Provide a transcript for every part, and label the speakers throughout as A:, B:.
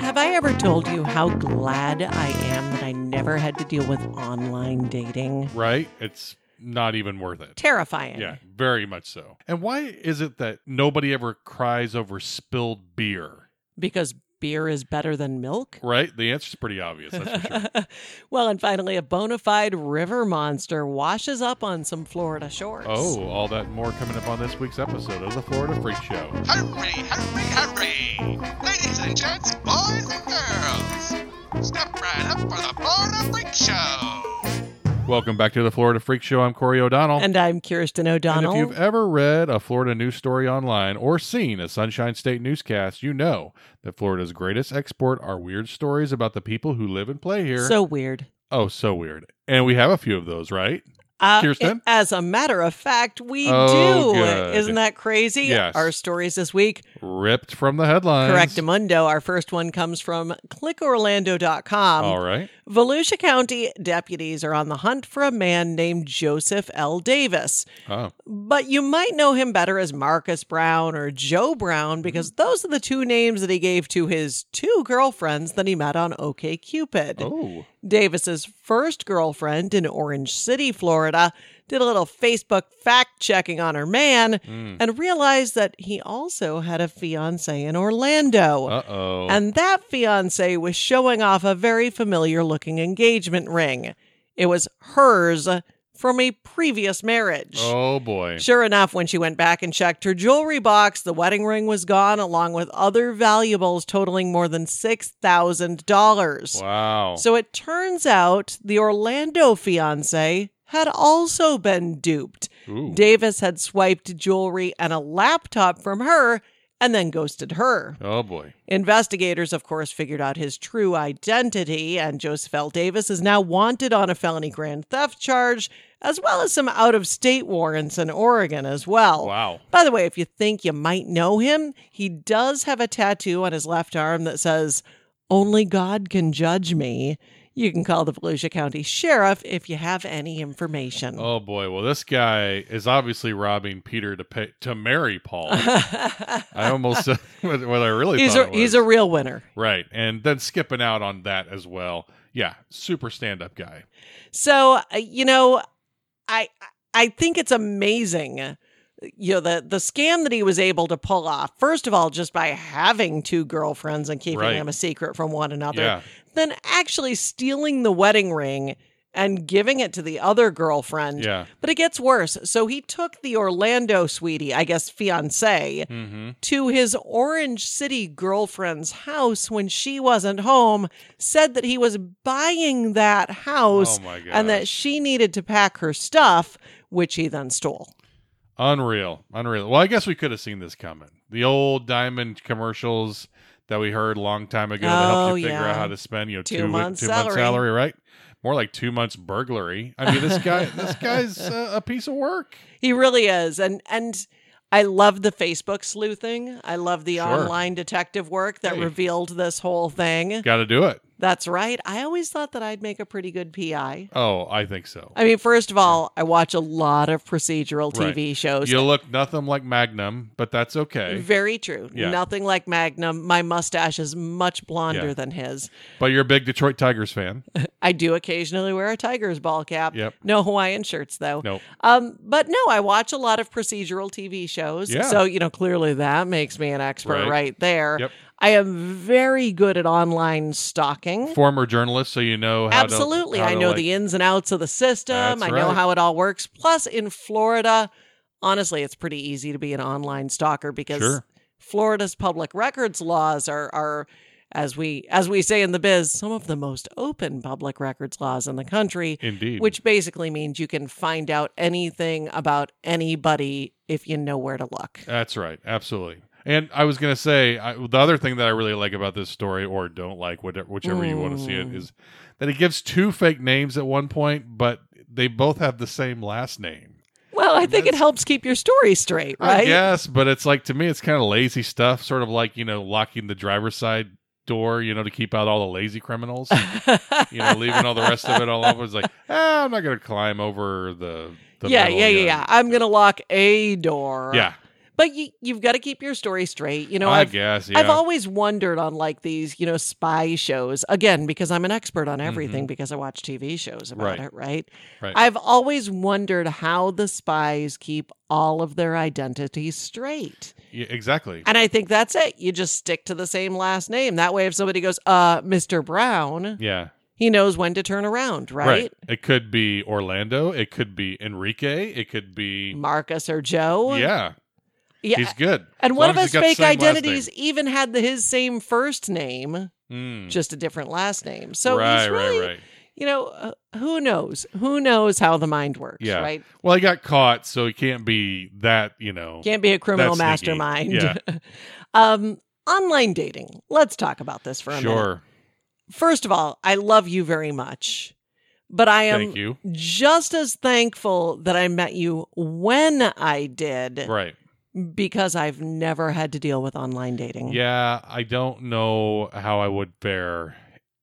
A: Have I ever told you how glad I am that I never had to deal with online dating?
B: right? It's not even worth it.
A: Terrifying.
B: Yeah, very much so. And why is it that nobody ever cries over spilled beer?
A: Because beer is better than milk?
B: Right? The answer's pretty obvious, that's for sure.
A: well, and finally, a bona fide river monster washes up on some Florida shores.
B: Oh, all that and more coming up on this week's episode of the Florida Freak Show.
C: Hurry, hurry, hurry! Ladies and gents, boys and girls, step right up for the Florida Freak Show!
B: Welcome back to the Florida Freak Show. I'm Corey O'Donnell.
A: And I'm Kirsten
B: And
A: O'Donnell.
B: if you've ever read a Florida news story online or seen a Sunshine State newscast, you know that Florida's greatest export are weird stories about the people who live and play here.
A: so weird.
B: oh, so weird. And we have a few of those, right?
A: Uh,
B: Kirsten?
A: i- as a matter of fact, we do.
B: Oh, good.
A: Isn't that crazy?
B: Yes.
A: Our stories this week,
B: Ripped from the headlines.
A: Correctamundo. Our first one comes from clickorlando.com.
B: All right.
A: Volusia County deputies are on the hunt for a man named Joseph L. Davis,
B: Oh,
A: but you might know him better as Marcus Brown or Joe Brown because those are the two names that he gave to his two girlfriends that he met on OKCupid.
B: oh,
A: Davis's first girlfriend in Orange City, Florida, did a little Facebook fact checking on her man
B: Hmm.
A: and realized that he also had a fiance in Orlando.
B: uh oh.
A: And that fiance was showing off a very familiar looking engagement ring. It was hers from a previous marriage.
B: Oh boy.
A: Sure enough, when she went back and checked her jewelry box, the wedding ring was gone along with other valuables totaling more than $6,000.
B: Wow.
A: So it turns out the Orlando fiance had also been duped.
B: Ooh.
A: Davis had swiped jewelry and a laptop from her and then ghosted her.
B: oh boy.
A: Investigators, of course, figured out his true identity, and Joseph L. Davis is now wanted on a felony grand theft charge, as well as some out of state warrants in Oregon as well.
B: Wow.
A: By the way, if you think you might know him, he does have a tattoo on his left arm that says, Only God can judge me. You can call the Volusia County Sheriff if you have any information.
B: Oh boy. Well, this guy is obviously robbing Peter to pay to marry Paul. I almost said what, what I really
A: he's,
B: thought.
A: a,
B: it
A: he's
B: was.
A: a real winner.
B: right, and then skipping out on that as well. Yeah, super stand-up guy.
A: So uh, you know, I I think it's amazing, uh, you know, the the scam that he was able to pull off. First of all, just by having two girlfriends and keeping
B: Right.
A: them a secret from one another,
B: Yeah.
A: then actually stealing the wedding ring and giving it to the other girlfriend.
B: Yeah.
A: But it gets worse. So he took the Orlando sweetie, I guess fiance,
B: Mm-hmm.
A: to his Orange City girlfriend's house when she wasn't home, said that he was buying that house
B: Oh my god.
A: and that she needed to pack her stuff, which he then stole.
B: unreal, unreal. Well, I guess we could have seen this coming. The old diamond commercials that we heard a long time ago that
A: Oh,
B: helped you figure
A: yeah.
B: out how to spend you know
A: Two
B: two
A: months'
B: two months
A: salary.
B: salary, right? More like two months burglary. I mean, this guy, this guy's uh, a piece of work.
A: He really is, and and I love the Facebook sleuthing. I love the
B: Sure.
A: online detective work that
B: Hey.
A: revealed this whole thing.
B: Got to do it.
A: That's right. I always thought that I'd make a pretty good PI.
B: Oh, I think so.
A: I mean, first of all, I watch a lot of procedural
B: Right.
A: TV shows.
B: You look nothing like Magnum, but that's okay.
A: Very true.
B: Yeah.
A: Nothing like Magnum. My mustache is much blonder
B: Yeah.
A: than his.
B: But you're a big Detroit Tigers fan.
A: I do occasionally wear a Tigers ball cap.
B: Yep.
A: No Hawaiian shirts though.
B: No.
A: Um, but no, I watch a lot of procedural TV shows.
B: Yeah.
A: So, you know, clearly that makes me an expert right,
B: Right.
A: there.
B: Yep.
A: I am very good at online stalking.
B: Former journalist, so you know how to-
A: Absolutely.
B: how
A: I
B: to,
A: know
B: like-
A: the ins and outs of the system.
B: That's
A: I know
B: right.
A: how it all works. Plus, in Florida, honestly, it's pretty easy to be an online stalker because
B: Sure.
A: Florida's public records laws are are as we as we say in the biz, some of the most open public records laws in the country.
B: Indeed.
A: Which basically means you can find out anything about anybody if you know where to look.
B: That's right. Absolutely. And I was going to say I, the other thing that I really like about this story, or don't like, whatever, whichever you want to see it,
A: Mm.
B: is that it gives two fake names at one point, but they both have the same last name.
A: Well, I think it
B: That's-
A: helps keep your story straight,
B: I
A: right?
B: guess, but it's like to me, it's kind of lazy stuff, sort of like you know locking the driver's side door, you know, to keep out all the lazy criminals. you know, leaving all the rest of it all over. It's like, ah, I'm not gonna climb over the. the
A: yeah,
B: middle,
A: yeah,
B: you
A: yeah,
B: know.
A: yeah. I'm gonna lock a door.
B: Yeah,
A: But you, you've got to keep your story straight. You know,
B: I
A: I've,
B: guess. Yeah.
A: I've always wondered on like these, you know, spy shows, again, because I'm an expert on everything because I watch TV shows about
B: Mm-hmm. Right.
A: it, right?
B: Right.
A: I've always wondered how the spies keep all of their identities straight.
B: Yeah, exactly.
A: And I think that's it. You just stick to the same last name. That way, if somebody goes, uh, Mr. Brown,
B: Yeah.
A: he knows when to turn around, right?
B: It could be Orlando. It could be Enrique. It could be.
A: Marcus or Joe.
B: Yeah.
A: Yeah.
B: He's good.
A: and
B: as
A: one
B: long
A: of
B: as
A: his
B: he's got the
A: fake
B: same last name.
A: identities even had the, his same first name,
B: Mm.
A: just a different last name. So
B: right,
A: he's really,
B: right, right.
A: you know, uh, who knows? Who knows how the mind works,
B: Yeah.
A: right?
B: Well, he got caught, so he can't be that. You know.
A: Can't be a criminal
B: That's sneaky.
A: mastermind.
B: Yeah.
A: um, online dating. Let's talk about this for a minute.
B: sure.
A: First of all, I love you very much, but I am
B: Thank you.
A: just as thankful that I met you when I did
B: Right.
A: because I've never had to deal with online dating.
B: Yeah. I don't know how I would fare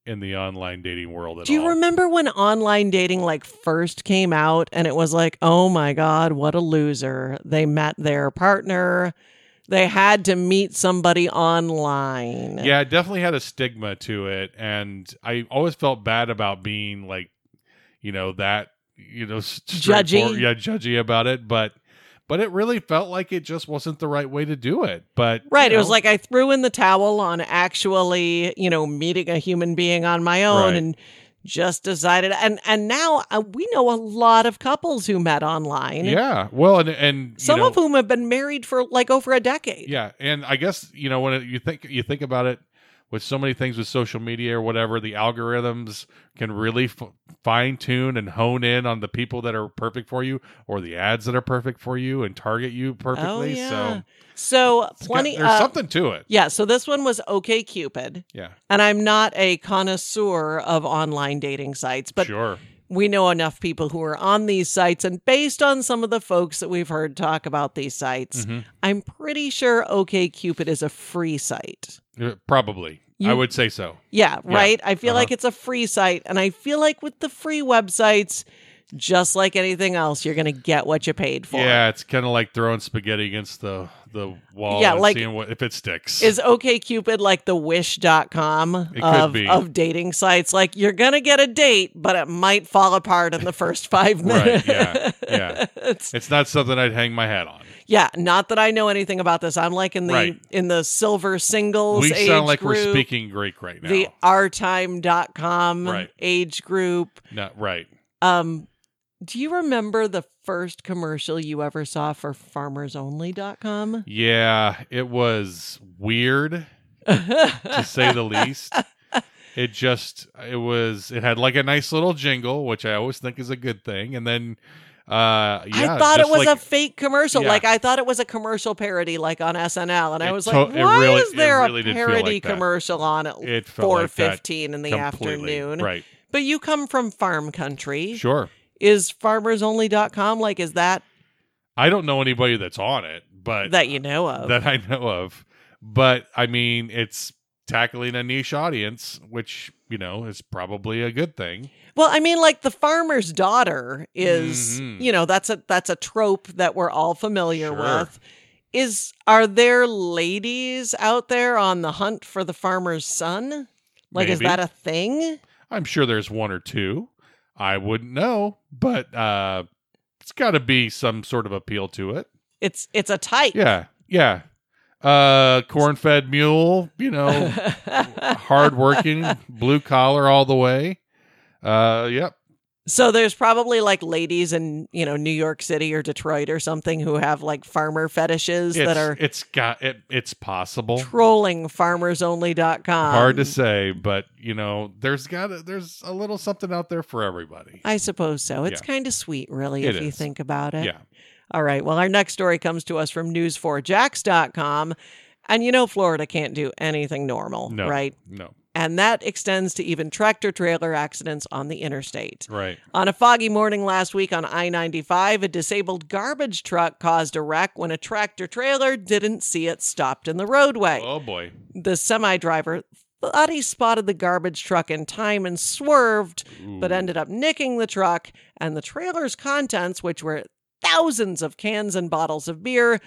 B: in the online dating world at
A: Do you
B: all.
A: remember when online dating like first came out and it was like, "Oh my god, what a loser. They met their partner. They had to meet somebody online."
B: Yeah, it definitely had a stigma to it, and I always felt bad about being like, you know, that you know, s-
A: Judgy.
B: straightforward- yeah, judgy about it. But but it really felt like it just wasn't the right way to do it. But
A: Right,
B: you
A: it was
B: know,
A: like I threw in the towel on actually, you know, meeting a human being on my own
B: Right.
A: and just decided and and now uh, we know a lot of couples who met online.
B: yeah, well, and and you
A: Some
B: know,
A: of whom have been married for like over a decade.
B: yeah, and I guess you know when it, you think you think about it. With so many things with social media or whatever, the algorithms can really f- fine tune and hone in on the people that are perfect for you, or the ads that are perfect for you, and target you perfectly. So
A: Oh, So
B: It's got-
A: plenty.
B: there's
A: uh,
B: something to it.
A: Yeah. So this one was OK Cupid,
B: Yeah,
A: and I'm not a connoisseur of online dating sites, but
B: sure.
A: we know enough people who are on these sites, and based on some of the folks that we've heard talk about these sites,
B: Mhm.
A: I'm pretty sure OK Cupid is a free site.
B: Uh, Probably. I
A: You-
B: would say so.
A: Yeah,
B: Yeah,
A: right. I feel
B: uh-huh.
A: like it's a free site, and I feel like with the free websites, just like anything else, you're going to get what you paid for.
B: Yeah, it's kind of like throwing spaghetti against the the wall
A: Yeah,
B: and
A: like-
B: seeing what if it sticks.
A: Is OKCupid like the wish.com
B: could
A: of,
B: be.
A: of dating sites? Like, you're going to get a date, but it might fall apart in the first five
B: Right,
A: minutes.
B: yeah, yeah.
A: It's-
B: it's not something I'd hang my hat on.
A: yeah, not that I know anything about this. I'm like in the
B: Right.
A: in the silver singles
B: We
A: age
B: sound like we're
A: group,
B: speaking Greek right now.
A: the ourtime.com
B: Right.
A: age group.
B: no, right.
A: Um, do you remember the first commercial you ever saw for farmersonly.com?
B: Yeah, it was weird to say the least. It just it was it had like a nice little jingle, which I always think is a good thing, and then uh yeah,
A: I thought it
B: just
A: was
B: like-
A: a fake commercial.
B: Yeah.
A: Like I thought it was a commercial parody, like on SNL, and I
B: It
A: was
B: to-
A: like,
B: it
A: "Why
B: really-
A: is there
B: it really
A: a
B: did feel
A: parody
B: like that.
A: commercial on at
B: It felt
A: four
B: like that
A: fifteen in the
B: completely.
A: afternoon?"
B: Right.
A: But you come from farm country.
B: Sure.
A: Is farmersonly.com like is that
B: I don't know anybody that's on it, but
A: that you know of?
B: Uh, that I know of. But I mean, it's tackling a niche audience, which you know is probably a good thing.
A: well, I mean, like the farmer's daughter is,
B: Mhm.
A: you know, that's a that's a trope that we're all familiar
B: Sure.
A: with. Is are there ladies out there on the hunt for the farmer's son? Like, is
B: Maybe.
A: that a thing?
B: I'm sure there's one or two. I wouldn't know, but uh, it's got to be some sort of appeal to it.
A: It's it's a type.
B: Yeah, yeah. Uh, corn-fed mule, you know, Oh. hardworking, blue collar all the way. Uh, yep.
A: so there's probably like ladies in you know New York City or Detroit or something who have like farmer fetishes
B: It's-
A: that are
B: it's got it. It's possible.
A: trolling farmersonly.com.
B: Hard to say, but you know, there's got to there's a little something out there for everybody.
A: I suppose so. It's
B: Yeah.
A: kind of sweet, really,
B: It
A: if you
B: is.
A: think about it.
B: yeah,
A: All right. Well, our next story comes to us from news4jax.com. And you know, Florida can't do anything normal,
B: no,
A: right?
B: No,
A: And that extends to even tractor trailer accidents on the interstate.
B: right,
A: On a foggy morning last week on I 95, a disabled garbage truck caused a wreck when a tractor trailer didn't see it stopped in the roadway.
B: oh boy,
A: The semi driver thought he spotted the garbage truck in time and swerved, but
B: Ooh.
A: ended up nicking the truck and the trailer's contents, which were at thousands of cans and bottles of beer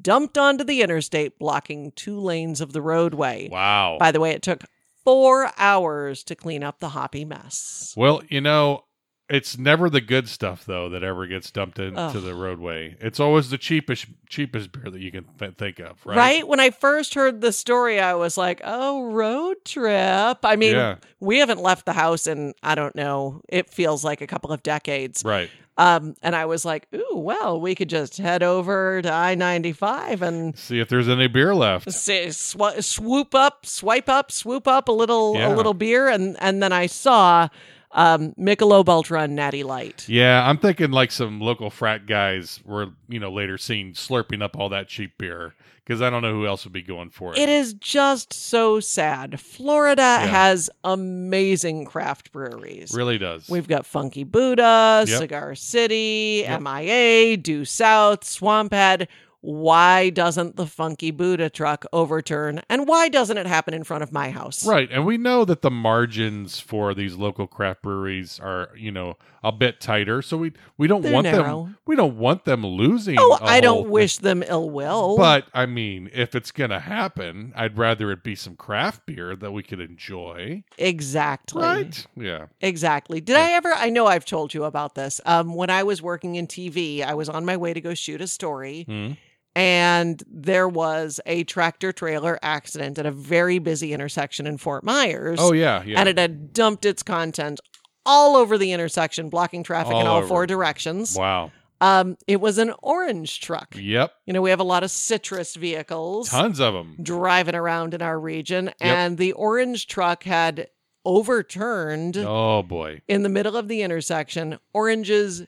A: dumped onto the interstate, blocking two lanes of the roadway.
B: Wow.
A: By the way, it took four hours to clean up the hoppy mess.
B: Well, you know, it's never the good stuff though that ever gets dumped into
A: Ugh.
B: the roadway. It's always the cheapest cheapest beer that you can th- think of, right?
A: Right? When I first heard the story, I was like, oh, road trip. I mean,
B: Yeah.
A: we haven't left the house in, I don't know, it feels like a couple of decades.
B: Right.
A: Um, and I was like, ooh, well, we could just head over to I 95 and
B: See if there's any beer left.
A: say, sw- swoop up, swipe up, swoop up a little a
B: Yeah.
A: little beer, and and then I saw um, Michelob Ultra and Natty Light.
B: Yeah, I'm thinking like some local frat guys were, you know, later seen slurping up all that cheap beer because I don't know who else would be going for it.
A: It is just so sad. Florida
B: Yeah.
A: has amazing craft breweries.
B: really does.
A: We've got Funky Buddha,
B: Yep.
A: Cigar City,
B: Yep.
A: MIA, Due South, Swamp Head. Why doesn't the Funky Buddha truck overturn? And why doesn't it happen in front of my house?
B: Right, and we know that the margins for these local craft breweries are, you know, a bit tighter. So we we don't
A: They're
B: want
A: narrow.
B: them. We don't want them losing.
A: Oh,
B: I
A: I don't wish them ill will.
B: But I mean, if it's gonna happen, I'd rather it be some craft beer that we could enjoy.
A: Exactly.
B: Right? Yeah.
A: Exactly. Did I ever? I know I've told you about this. Um, when I was working in TV, I was on my way to go shoot a story,
B: Hmm?
A: and there was a tractor trailer accident at a very busy intersection in Fort Myers.
B: Oh yeah, yeah.
A: And it had dumped its content all over the intersection, blocking traffic in
B: All
A: all
B: over.
A: four directions.
B: wow.
A: Um, it was an orange truck.
B: Yep.
A: You know, we have a lot of citrus vehicles
B: Tons of them.
A: driving around in our region, and the orange truck had overturned
B: Oh boy.
A: in the middle of the intersection, oranges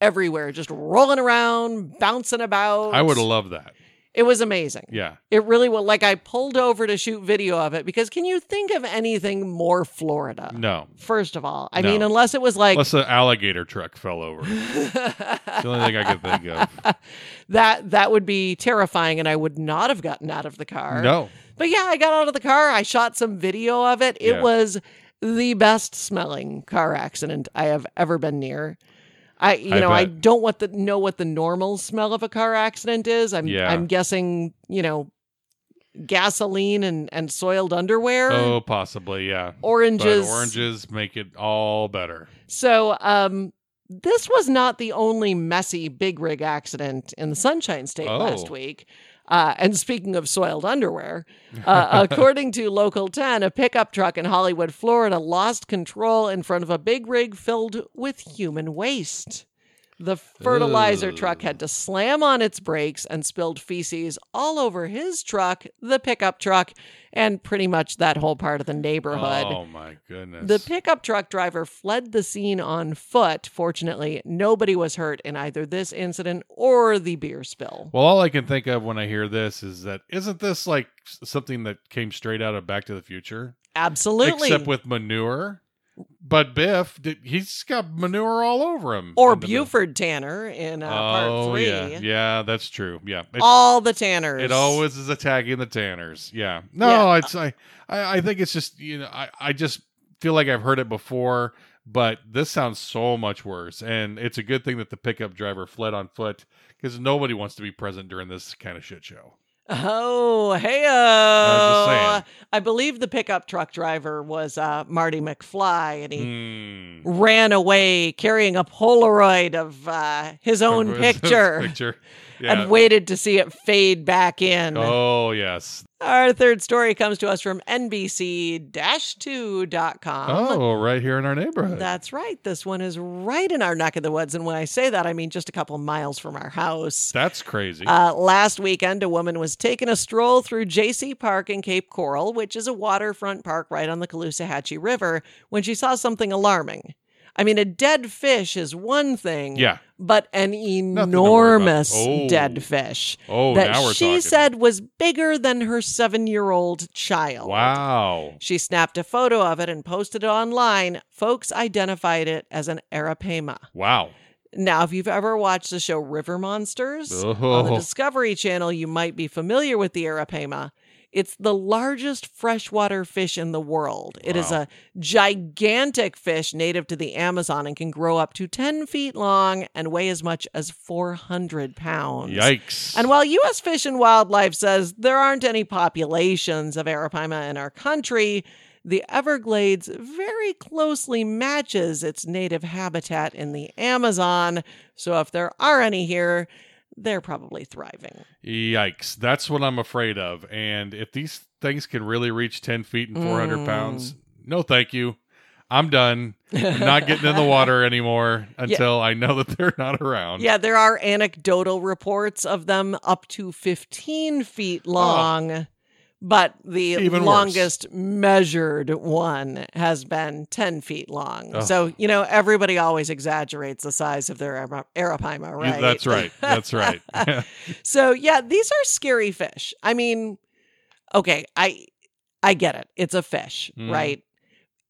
A: everywhere, just rolling around, bouncing about.
B: I would have loved that.
A: It was amazing.
B: Yeah.
A: It really was. Like I pulled over to shoot video of it because can you think of anything more Florida?
B: No.
A: First of all, I
B: No.
A: mean, unless it was Uh, like
B: Unless an alligator truck fell over. It's the only thing I could think of.
A: that, that would be terrifying, and I would not have gotten out of the car.
B: No.
A: But yeah, I got out of the car. I shot some video of it. It
B: Yeah.
A: was the best smelling car accident I have ever been near. I you
B: I
A: know, I
B: bet.
A: don't want the know what the normal smell of a car accident is. I'm
B: Yeah.
A: I'm guessing, you know, gasoline and and soiled underwear,
B: Oh, possibly, yeah.
A: oranges.
B: But oranges make it all better.
A: So, um this was not the only messy big rig accident in the Sunshine State
B: Oh.
A: last week. Uh, and speaking of soiled underwear, uh, according to Local 10, a pickup truck in Hollywood, Florida lost control in front of a big rig filled with human waste. The fertilizer
B: Ooh.
A: truck had to slam on its brakes and spilled feces all over his truck, the pickup truck, and pretty much that whole part of the neighborhood.
B: Oh my goodness.
A: The pickup truck driver fled the scene on foot. Fortunately, nobody was hurt in either this incident or the beer spill.
B: Well, all I can think of when I hear this is that isn't this like s- something that came straight out of Back to the Future,
A: Absolutely.
B: except with manure? But Biff, did, he's got manure all over him.
A: or
B: in the-
A: Buford Tanner in uh, part
B: oh
A: three.
B: yeah, yeah, that's true. Yeah, it,
A: All the Tanners.
B: it always is attacking the Tanners. Yeah, no,
A: Yeah.
B: it's I, I, I think it's just you know I, I just feel like I've heard it before, but this sounds so much worse. And it's a good thing that the pickup driver fled on foot because nobody wants to be present during this kind of shit show.
A: Oh, hey,
B: I was just
A: I believe the pickup truck driver was uh, Marty McFly, and he
B: Hmm.
A: ran away carrying a Polaroid of uh, his own
B: His
A: picture,
B: picture. Yeah.
A: and waited to see it fade back in.
B: oh yes.
A: Our third story comes to us from NBC-2.com.
B: Oh, right here in our neighborhood.
A: That's right. This one is right in our neck of the woods. And when I say that, I mean just a couple miles from our house.
B: That's crazy.
A: Uh, last weekend, a woman was taking a stroll through JC Park in Cape Coral, which is a waterfront park right on the Caloosahatchee River, when she saw something alarming. I mean, a dead fish is one thing,
B: yeah.
A: but an
B: to worry about.
A: enormous
B: Oh.
A: dead fish
B: Oh,
A: that
B: now we're
A: she
B: talking.
A: said was bigger than her seven year old child.
B: wow.
A: She snapped a photo of it and posted it online. Folks identified it as an Arapema.
B: Wow.
A: Now, if you've ever watched the show River Monsters on the
B: Oh.
A: Discovery Channel, you might be familiar with the Arapema. It's the largest freshwater fish in the world. It is
B: Wow.
A: a gigantic fish native to the Amazon and can grow up to 10 feet long and weigh as much as 400 pounds.
B: Yikes.
A: And while U.S. Fish and Wildlife says there aren't any populations of Arapaima in our country, the Everglades very closely matches its native habitat in the Amazon. So if there are any here, they're probably thriving.
B: Yikes. That's what I'm afraid of. And if these things can really reach 10 feet and 400
A: Mm.
B: pounds, no thank you. I'm done. I'm not getting in the water anymore until I know that they're not around.
A: Yeah, there are anecdotal reports of them up to 15 feet long, but the
B: Even worse.
A: longest measured one has been 10 feet long.
B: Ugh.
A: So, you know, everybody always exaggerates the size of their ara- arapaima,
B: You-
A: right?
B: That's right. That's right.
A: so, yeah, these are scary fish. I mean, okay, I I get it. It's a fish,
B: Mhm.
A: right?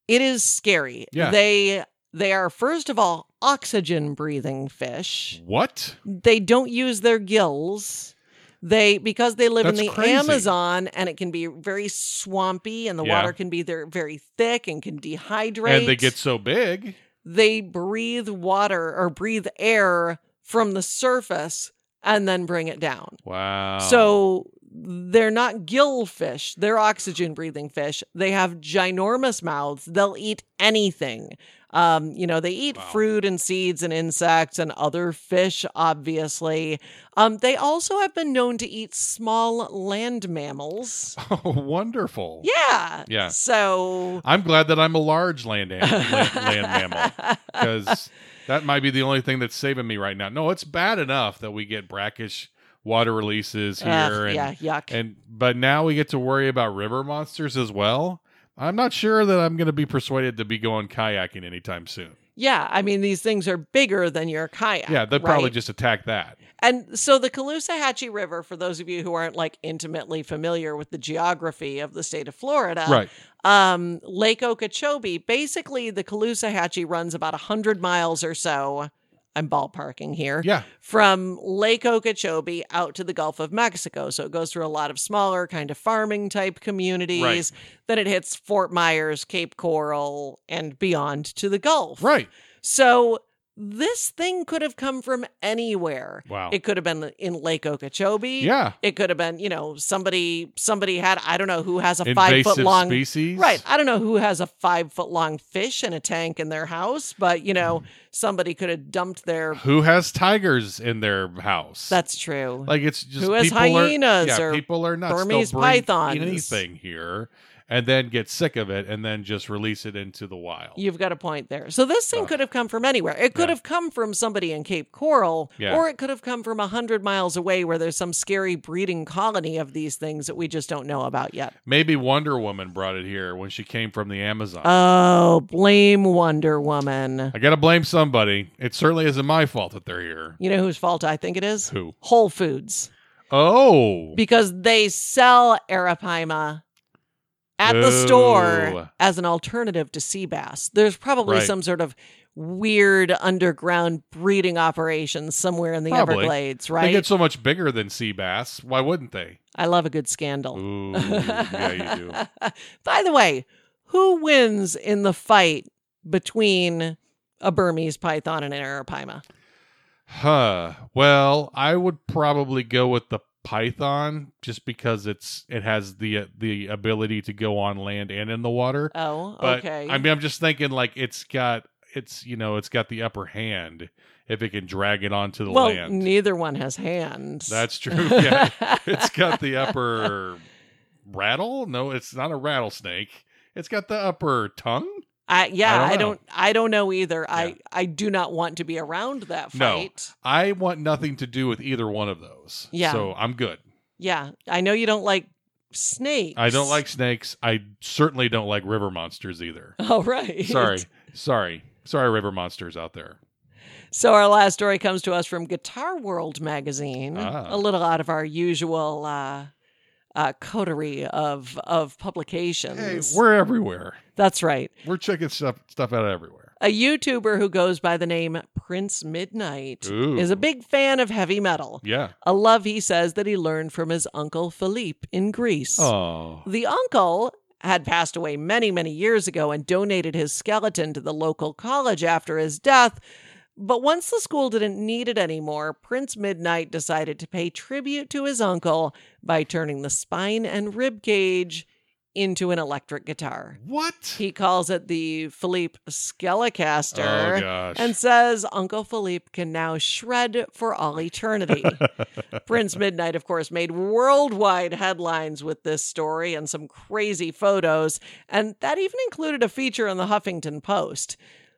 A: It is scary.
B: Yeah.
A: They they are first of all oxygen breathing fish
B: what?
A: they don't use their gills. They because they live
B: That's
A: in the
B: crazy.
A: Amazon and it can be very swampy and the
B: Yeah.
A: water can be there very thick and can dehydrate.
B: And they get so big.
A: they breathe water or breathe air from the surface and then bring it down.
B: Wow.
A: So they're not gill fish, they're oxygen breathing fish. They have ginormous mouths. They'll eat anything. Um, you know, they eat
B: Wow.
A: fruit and seeds and insects and other fish, obviously. Um, they also have been known to eat small land mammals.
B: Oh, wonderful.
A: Yeah.
B: Yeah.
A: So.
B: I'm glad that I'm a large land, am- land, land mammal
A: Uh,
B: because that might be the only thing that's saving me right now. No, it's bad enough that we get brackish water releases here
A: Ugh,
B: and
A: yeah, yuck.
B: And but now we get to worry about river monsters as well. I'm not sure that I'm going to be persuaded to be going kayaking anytime soon.
A: yeah, I mean, these things are bigger than your kayak.
B: Yeah, they probably
A: right?
B: just attack that.
A: And so the Caloosahatchee River, for those of you who aren't like intimately familiar with the geography of the state of Florida,
B: right.
A: um, Lake Okeechobee, basically the Caloosahatchee runs about 100 miles or so. I'm ballparking here
B: Yeah.
A: from Lake Okeechobee out to the Gulf of Mexico. So it goes through a lot of smaller kind of farming type communities.
B: Right.
A: Then it hits Fort Myers, Cape Coral, and beyond to the Gulf.
B: Right.
A: So this thing could have come from anywhere.
B: Wow.
A: It could have been in Lake Okeechobee.
B: yeah.
A: It could have been, you know, somebody somebody had I don't know who has a five
B: Invasive
A: foot long
B: species.
A: right. I don't know who has a five foot long fish in a tank in their house, but you know,
B: Hmm.
A: somebody could have dumped their.
B: Who has tigers in their house?
A: That's true.
B: like it's just
A: Who has
B: people are-
A: hyenas
B: yeah,
A: or
B: people are nuts. They'll
A: Burmese
B: bring
A: pythons?
B: Anything here, and then get sick of it, and then just release it into the wild.
A: You've got a point there. So this thing
B: Ugh.
A: could have come from anywhere. It could
B: Yeah.
A: have come from somebody in Cape Coral,
B: Yeah.
A: or it could have come from a hundred miles away where there's some scary breeding colony of these things that we just don't know about yet.
B: Maybe Wonder Woman brought it here when she came from the Amazon.
A: Oh, blame Wonder Woman.
B: I gotta blame somebody. It certainly isn't my fault that they're here.
A: You know whose fault I think it is?
B: Who?
A: Whole Foods.
B: Oh,
A: Because they sell arapaima at the
B: Oh.
A: store as an alternative to sea bass. There's probably
B: Right.
A: some sort of weird underground breeding operation somewhere in the
B: Probably.
A: Everglades,
B: they
A: right?
B: get so much bigger than sea bass. Why wouldn't they?
A: I love a good scandal.
B: Ooh, yeah, you do.
A: By the way, who wins in the fight between a Burmese python and an arapaima?
B: Huh. Well, I would probably go with the python just because it's it has the uh, the ability to go on land and in the water.
A: Oh,
B: But
A: okay.
B: I mean, I'm just thinking like it's got it's you know it's got the upper hand if it can drag it onto the
A: well,
B: land.
A: neither one has hands.
B: That's true. Yeah. it's got the upper rattle. No, it's not a rattlesnake. It's got the upper tongue.
A: I, yeah, I
B: I don't
A: don't, I don't know either.
B: Yeah.
A: I, I do not want to be around that
B: No.
A: fight.
B: I want nothing to do with either one of those.
A: Yeah.
B: So I'm good.
A: Yeah, I know you don't like snakes.
B: I don't like snakes. I certainly don't like river monsters either.
A: All right.
B: Sorry. Sorry. Sorry, river monsters out there.
A: So our last story comes to us from Guitar World magazine.
B: Ah.
A: A little out of our usual uh, uh, coterie of of
B: Hey,
A: publications.
B: we're everywhere.
A: That's right.
B: We're checking stuff stuff out everywhere.
A: A YouTuber who goes by the name Prince Midnight
B: Ooh.
A: is a big fan of heavy metal.
B: Yeah.
A: A love he says that he learned from his uncle Philippe in Greece.
B: Oh.
A: The uncle had passed away many, many years ago and donated his skeleton to the local college after his death. But once the school didn't need it anymore, Prince Midnight decided to pay tribute to his uncle by turning the spine and rib cage into an electric guitar.
B: What?
A: He calls it the Philippe Skelecaster
B: Oh gosh.
A: and says Uncle Philippe can now shred for all eternity. Prince Midnight, of course, made worldwide headlines with this story and some crazy photos, and that even included a feature in the Huffington Post.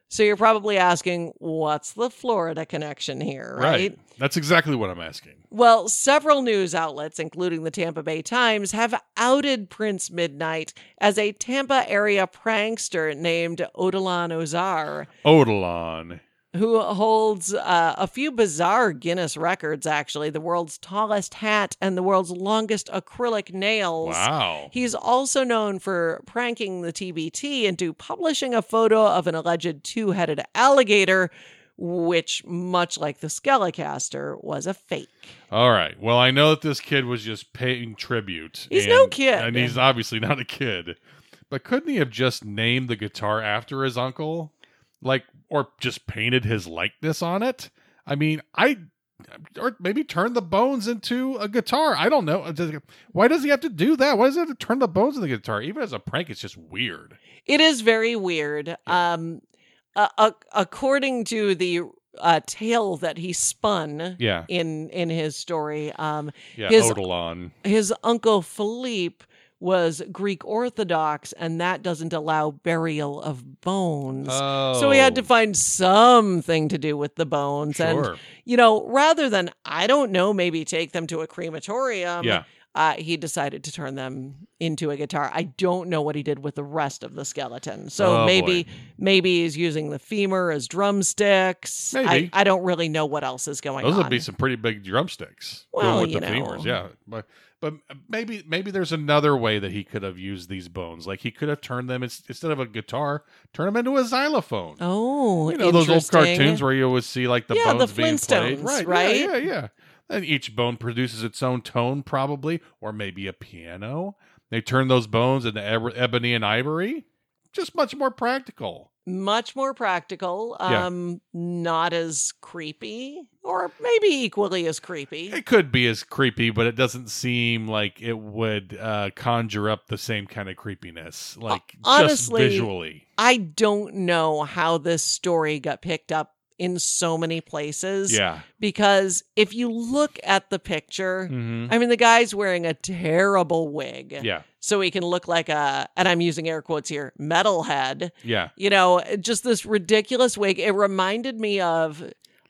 A: So you're probably asking, what's the Florida connection here, right?
B: That's exactly what I'm asking.
A: Well, several news outlets, including the Tampa Bay Times, have outed Prince Midnight as a Tampa area prankster named Odilon Ozar
B: Odilon.
A: who holds uh, a few bizarre Guinness records, actually the world's tallest hat and the world's longest acrylic nails.
B: Wow.
A: He's also known for pranking the TBT into publishing a photo of an alleged two headed alligator, which, much like the Skelecaster, was a fake.
B: All right. Well, I know that this kid was just paying tribute.
A: He's
B: and-
A: no kid.
B: And he's obviously not a kid. But couldn't he have just named the guitar after his uncle? Like, or just painted his likeness on it? I mean, I. Or maybe turn the bones into a guitar. I don't know. Why does he have to do that? Why does he have to turn the bones into the guitar? Even as a prank, it's just weird.
A: It is very weird. Um, uh, uh, according to the uh, tale that he spun.
B: Yeah.
A: In in his story, um,
B: Yeah.
A: His-
B: Odilon.
A: his uncle Philippe was Greek Orthodox, and that doesn't allow burial of bones.
B: Oh.
A: So he had to find something to do with the bones. And,
B: Sure.
A: you know, rather than, I don't know, maybe take them to a crematorium,
B: yeah.
A: uh, he decided to turn them into a guitar. I don't know what he did with the rest of the skeleton. So
B: Oh,
A: maybe
B: boy.
A: maybe he's using the femur as drumsticks.
B: Maybe.
A: I, I don't really know what else is going
B: Those
A: on.
B: would be some pretty big drumsticks
A: Well,
B: going with
A: you
B: the
A: know.
B: femurs. Yeah, but but maybe maybe there's another way that he could have used these bones. Like he could have turned them ins- instead of a guitar, turn them into a xylophone.
A: oh,
B: you know those old
A: interesting.
B: cartoons where you always see like the
A: Yeah, the
B: bones being played,
A: Flintstones,
B: right?
A: right?
B: Yeah, yeah, yeah. And each bone produces its own tone, probably, or maybe a piano. They turn those bones into eb- ebony and ivory. Just much more practical.
A: much more practical
B: Yeah.
A: um not as creepy or maybe equally as creepy
B: It could be as creepy, but it doesn't seem like it would uh, conjure up the same kind of creepiness. Like
A: honestly-
B: just visually,
A: i don't know how this story got picked up in so many places
B: yeah.
A: because if you look at the picture
B: Mm-hmm.
A: i mean the guy's wearing a terrible wig
B: Yeah,
A: so he can look like a and i'm using air quotes here metalhead
B: yeah.
A: you know just this ridiculous wig it reminded me of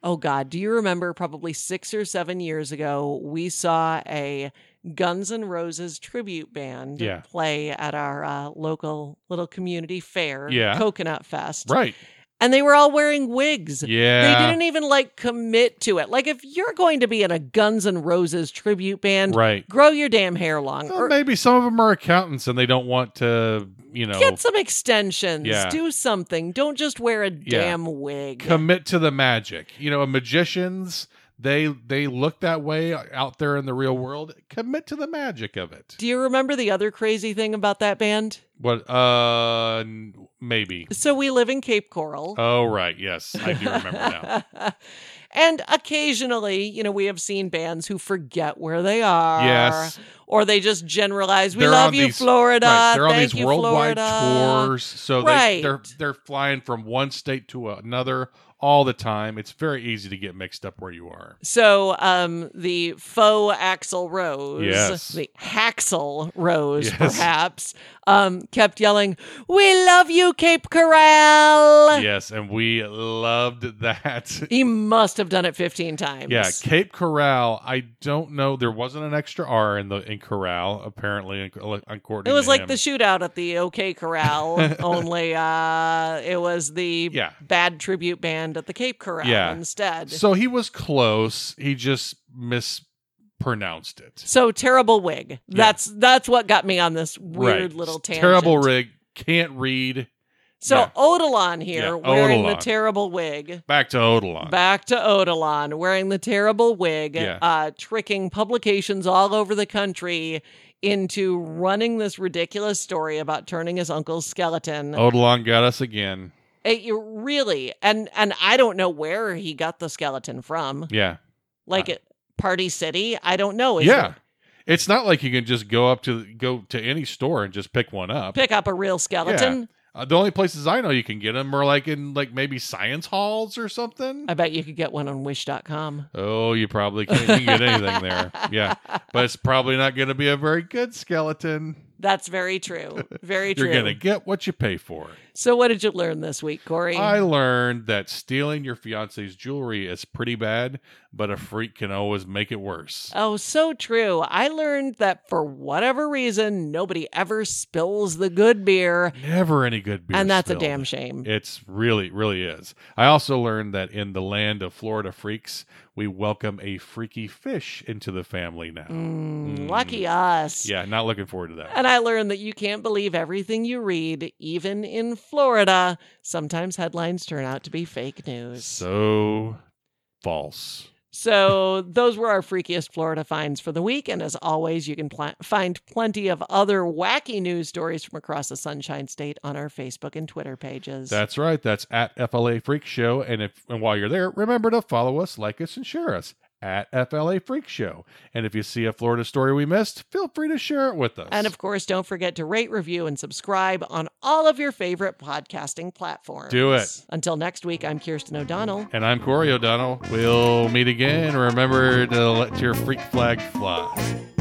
A: oh god do you remember probably six or seven years ago we saw a guns n' roses tribute band
B: Yeah.
A: play at our uh, local little community fair
B: Yeah.
A: coconut fest
B: Right.
A: and they were all wearing wigs They
B: Yeah.
A: didn't even like commit to it. Like, if you're going to be in a Guns N' Roses tribute band,
B: right.
A: grow your damn hair long.
B: Well,
A: or-
B: maybe some of them are accountants and they don't want to, you know,
A: Get some extensions.
B: Yeah.
A: Do something. Don't just wear a damn wig.
B: commit to the magic. You know, magicians they they look that way out there in the real world. Commit to the magic of it.
A: Do you remember the other crazy thing about that band?
B: What? Uh, n- maybe.
A: So we live in Cape Coral.
B: Oh, right. Yes, I do remember now.
A: and occasionally, you know, we have seen bands who forget where they are.
B: Yes.
A: Or they just generalize, we
B: They're
A: love
B: on
A: you,
B: these-
A: Florida.
B: Right. They're on
A: Thank
B: these
A: you,
B: worldwide
A: Florida."
B: tours, so
A: Right.
B: they, they're they're flying from one state to another all the time. It's very easy to get mixed up where you are.
A: So um, the faux Axel Rose,
B: Yes.
A: the Haxel Rose,
B: Yes.
A: perhaps, um, kept yelling, "We love you, Cape Coral."
B: Yes, and we loved that.
A: He must have done it fifteen times.
B: Yeah, Cape Corral. I don't know. There wasn't an extra R in the in Corral apparently. uh, According,
A: It was
B: to
A: like
B: him.
A: the shootout at the OK Corral, only uh, it was the
B: Yeah.
A: bad tribute band at the Cape Corral
B: Yeah.
A: instead. So,
B: So he was close. He just mispronounced it.
A: terrible wig. That's that's what got me on this weird
B: right.
A: little tangent.
B: terrible rig. Can't read.
A: So
B: Yeah.
A: Odilon here
B: Yeah,
A: wearing the
B: Odilon.
A: terrible wig.
B: Back to Odilon.
A: Back to Odilon wearing the terrible wig,
B: Yeah.
A: uh, tricking publications all over the country into running this ridiculous story about turning his uncle's skeleton.
B: Odilon got us again.
A: It, Eh, you really, and and I don't know where he got the skeleton from.
B: Yeah.
A: Like it, Party City, I don't know. Is
B: yeah.
A: it-
B: It's not like you can just go up to go to any store and just pick one up.
A: pick up a real skeleton.
B: Uh, the only places I know you can get them are like in like maybe science halls or something.
A: I bet you could get one on Wish.com.
B: oh, you probably can't you can get anything there. Yeah, but it's probably not going to be a very good skeleton.
A: That's very true. Very true.
B: You're going to get what you pay for.
A: So, what did you learn this week, Corey?
B: I learned that stealing your fiance's jewelry is pretty bad, but a freak can always make it worse.
A: Oh, so true. I learned that for whatever reason, nobody ever spills the good beer,
B: Never any good beer.
A: and that's
B: spilled.
A: a damn shame.
B: It's really, really is. I also learned that in the land of Florida freaks, we welcome a freaky fish into the family now.
A: Mm,
B: Mm.
A: Lucky us.
B: Yeah, not looking forward to that.
A: And I learned that you can't believe everything you read, even in Florida. Sometimes headlines turn out to be fake news.
B: So false.
A: So, those were our freakiest Florida finds for the week. And as always, you can pl- find plenty of other wacky news stories from across the Sunshine State on our Facebook and Twitter pages.
B: That's right. That's at FLA Freak Show. And if and while you're there, remember to follow us, like us, and share us at FLA Freak Show. And if you see a Florida story we missed, feel free to share it with us.
A: and of course, don't forget to rate, review, and subscribe on all of your favorite podcasting platforms.
B: Do it.
A: Until next week, I'm Kirsten O'Donnell.
B: and I'm Corey O'Donnell. We'll meet again. Remember to let your freak flag fly.